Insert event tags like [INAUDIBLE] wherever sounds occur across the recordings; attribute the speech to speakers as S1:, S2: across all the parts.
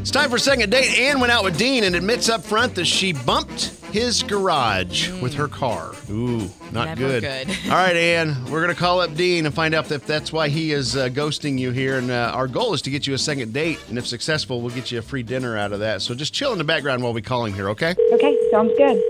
S1: It's time for second date. Anne went out with Dean and admits up front that she bumped his garage with her car. Ooh, not
S2: Never good. [LAUGHS]
S1: All right, Anne, we're going to call up Dean and find out if that's why he is uh, ghosting you here. And uh, our goal is to get you a second date. And if successful, we'll get you a free dinner out of that. So just chill in the background while we call him here, okay?
S3: Okay, sounds good.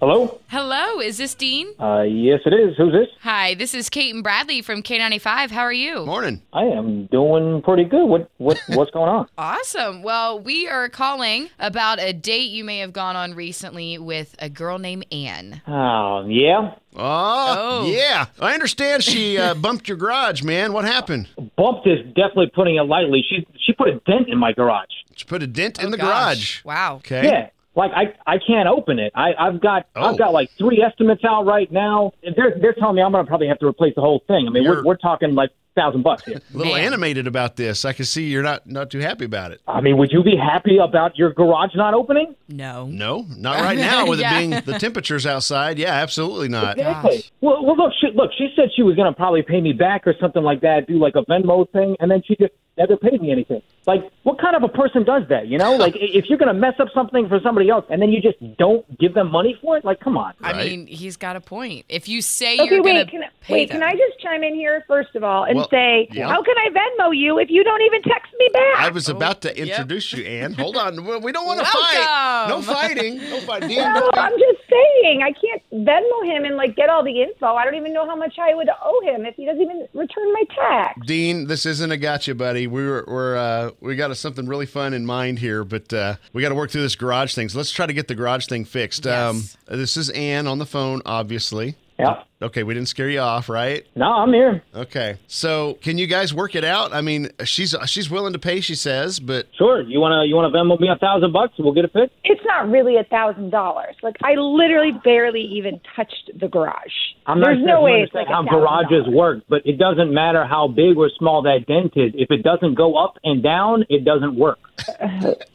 S4: Hello?
S2: Hello, is this Dean?
S4: Uh, yes, it is. Who's this?
S2: Hi, this is Kate and Bradley from K95. How are you?
S1: Morning.
S4: I am doing pretty good. What [LAUGHS] what what's going on?
S2: Awesome. Well, we are calling about a date you may have gone on recently with a girl named Anne.
S4: Oh, yeah.
S1: Oh,
S2: Oh.
S1: yeah. I understand she
S2: [LAUGHS]
S1: uh, bumped your garage, man. What happened?
S4: Bumped is definitely putting it lightly. She she put a dent in my garage.
S1: She put a dent in
S2: Oh,
S1: the
S2: gosh.
S1: garage.
S2: Wow.
S1: Okay.
S4: Yeah. Like I, I can't open it. I, I've got
S1: Oh.
S4: I've got like three estimates out right now. And They're they're telling me I'm gonna probably have to replace the whole thing. I mean
S1: You're-
S4: we're we're talking like thousand bucks here.
S1: A little
S2: Man.
S1: animated about this. I can see you're not not too happy about it.
S4: I mean, would you be happy about your garage not opening?
S2: No.
S1: No,
S2: [LAUGHS]
S1: not right now with
S2: Yeah.
S1: it being the temperatures outside. Yeah, absolutely not.
S4: Exactly. Well, well, look, she, look. She said she was going to probably pay me back or something like that, do like a Venmo thing, and then she just never paid me anything. Like, what kind of a person does that? You know, like i- if you're going to mess up something for somebody else and then you just don't give them money for it, like, come on.
S2: I
S1: Right.
S2: mean, he's got a point. If you say
S3: Okay,
S2: you're going
S3: wait,
S2: to
S3: can,
S2: pay
S3: wait,
S2: them.
S3: can I just chime in here first of all and
S1: Well,
S3: say,
S1: yeah.
S3: how can I Venmo you if you don't even text me back?
S1: I
S2: Oh,
S1: was about to introduce you, Anne. Hold on. We- We don't want to fight. No
S2: Welcome.
S1: fighting.
S2: [LAUGHS]
S1: No fighting.
S3: no, I'm just saying, I can't Venmo him and like get all the info. I don't even know how much I would owe him if he doesn't even return my text.
S1: Dean, this isn't a gotcha, buddy. We were, we're uh, we got something really fun in mind here, but uh, we got to work through this garage thing. So let's try to get the garage thing fixed.
S2: Yes.
S1: Um, this is Anne on the phone, obviously.
S4: Yeah.
S1: Okay, we didn't scare you off, right?
S4: No, I'm here.
S1: Okay. So can you guys work it out? I mean, she's she's willing to pay, she says, but
S4: Sure. You wanna you wanna Venmo me a thousand bucks? We'll get it fixed.
S3: It's not really a thousand dollars. Like I literally barely even touched the garage.
S4: I'm
S3: There's
S4: not sure
S3: no
S4: if you
S3: way it's
S4: understand
S3: like
S4: how
S3: $1,000.
S4: garages work, but it doesn't matter how big or small that dent is. If it doesn't go up and down, it doesn't work.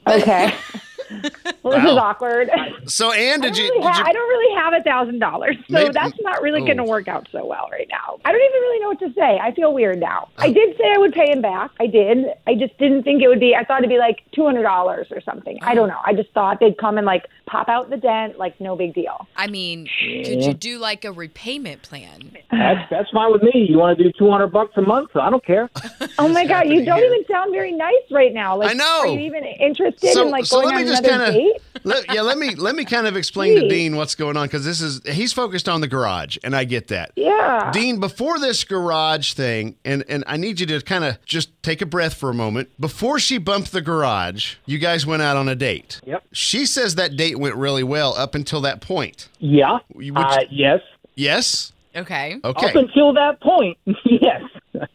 S3: Okay. [LAUGHS] well, this is
S1: Wow.
S3: awkward. [LAUGHS]
S1: so Anne,
S3: I
S1: did you?
S3: don't, really
S1: did
S3: ha-
S1: you-
S3: I don't really have a thousand dollars, so
S1: Maybe-
S3: that's not really
S1: oh.
S3: going to work out so well right now. I don't even really know what to say. I feel weird now. I
S1: Oh.
S3: did say I would pay him back. I did. I just didn't think it would be. I thought it'd be like two hundred dollars or something. I don't know. I just thought they'd come and like pop out the dent, like no big deal.
S2: I mean, could you do like a repayment plan?
S4: That's that's fine with me. You want to do two hundred bucks a month? I don't care.
S3: Oh my god, you don't
S1: here?
S3: even sound very nice right now. Like,
S1: I know.
S3: Are you even interested in like going on another
S1: kinda-
S3: date?
S1: let, yeah, let me let me kind of explain to
S3: Please.
S1: Dean what's going on because this is he's focused on the garage, and I get that.
S3: Yeah.
S1: Dean, before this garage thing, and and I need you to kind of just take a breath for a moment. Before she bumped the garage, you guys went out on a date.
S4: Yep.
S1: She says that date went really well up until that point.
S4: Yeah.
S1: You-
S4: Uh,
S1: which-
S4: yes.
S1: Yes.
S2: Okay.
S1: Okay.
S4: Up until that point, [LAUGHS] yes.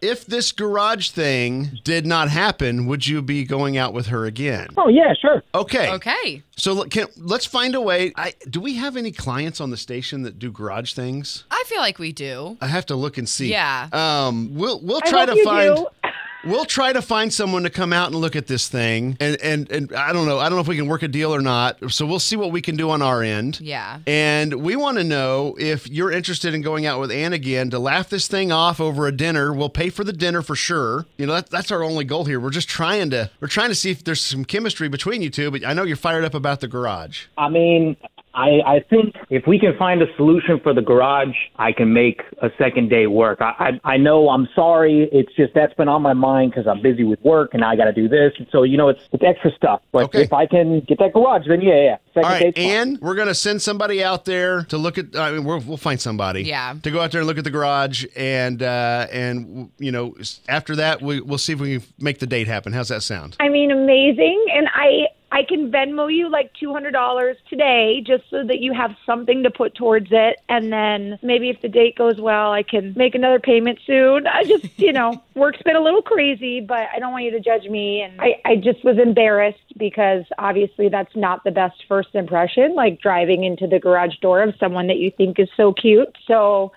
S1: if this garage thing did not happen, would you be going out with her again?
S4: Oh yeah, sure.
S1: Okay.
S2: Okay.
S1: So look, can, let's find a way. I, do we have any clients on the station that do garage things?
S2: I feel like we do.
S1: I have to look and see.
S2: Yeah.
S1: Um. We'll we'll
S3: I
S1: try
S3: hope
S1: to
S3: you
S1: find.
S3: do. [LAUGHS]
S1: We'll try to find someone to come out and look at this thing, and and and I don't know. I don't know if we can work a deal or not. So we'll see what we can do on our end.
S2: Yeah.
S1: And we want to know if you're interested in going out with Ann again to laugh this thing off over a dinner. We'll pay for the dinner for sure. You know, that, that's our only goal here. We're just trying to we're trying to see if there's some chemistry between you two. But I know you're fired up about the garage.
S4: I mean, I I think if we can find a solution for the garage, I can make a second day work. I I, I know I'm sorry. It's just that's been on my mind because I'm busy with work and I got to do this. And so you know, it's it's extra stuff. But
S1: Okay.
S4: if I can get that garage, then yeah, yeah. Second
S1: All right,
S4: date's fine.
S1: and we're gonna send somebody out there to look at. I mean, we'll, we'll find somebody.
S2: Yeah.
S1: To go out there and look at the garage, and uh, and you know, s- after that, we we'll see if we can make the date happen. How's that sound?
S2: [LAUGHS]
S3: I mean, amazing. And I I can Venmo you like two hundred dollars today, just so that you have something to put towards it. And then maybe if the date goes well, I can make another payment soon. I just [LAUGHS] you know work's been a little crazy, but I don't want you to judge me. And I, I just was embarrassed because obviously that's not the best first impression, like driving into the garage door of someone that you think is so cute. So,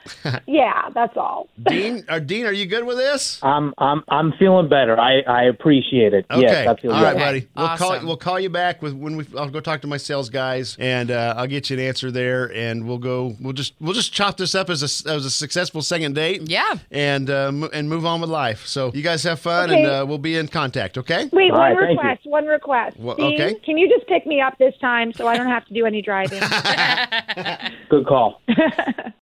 S3: yeah, that's all.
S1: Dean, uh, Dean, are you good with this?
S4: I'm I'm I'm feeling better. I I appreciate it.
S1: Okay.
S4: Yes, I feel
S1: All right,
S4: better.
S2: Okay.
S1: buddy. We'll call
S2: Awesome.
S1: we'll call you back with when we I'll go talk to my sales guys and uh, I'll get you an answer there and we'll go we'll just we'll just chop this up as a as a successful second date.
S2: Yeah.
S1: And uh, mo- and move on with life. So you guys have fun and
S3: Okay.
S1: uh, we'll be in contact, okay?
S3: Wait,
S4: All
S3: one
S4: right, thank you.
S3: request. One request.
S1: Wha-
S3: Dean,
S1: okay.
S3: Can you just pick me up this time so I don't have to do any driving?
S4: Good call.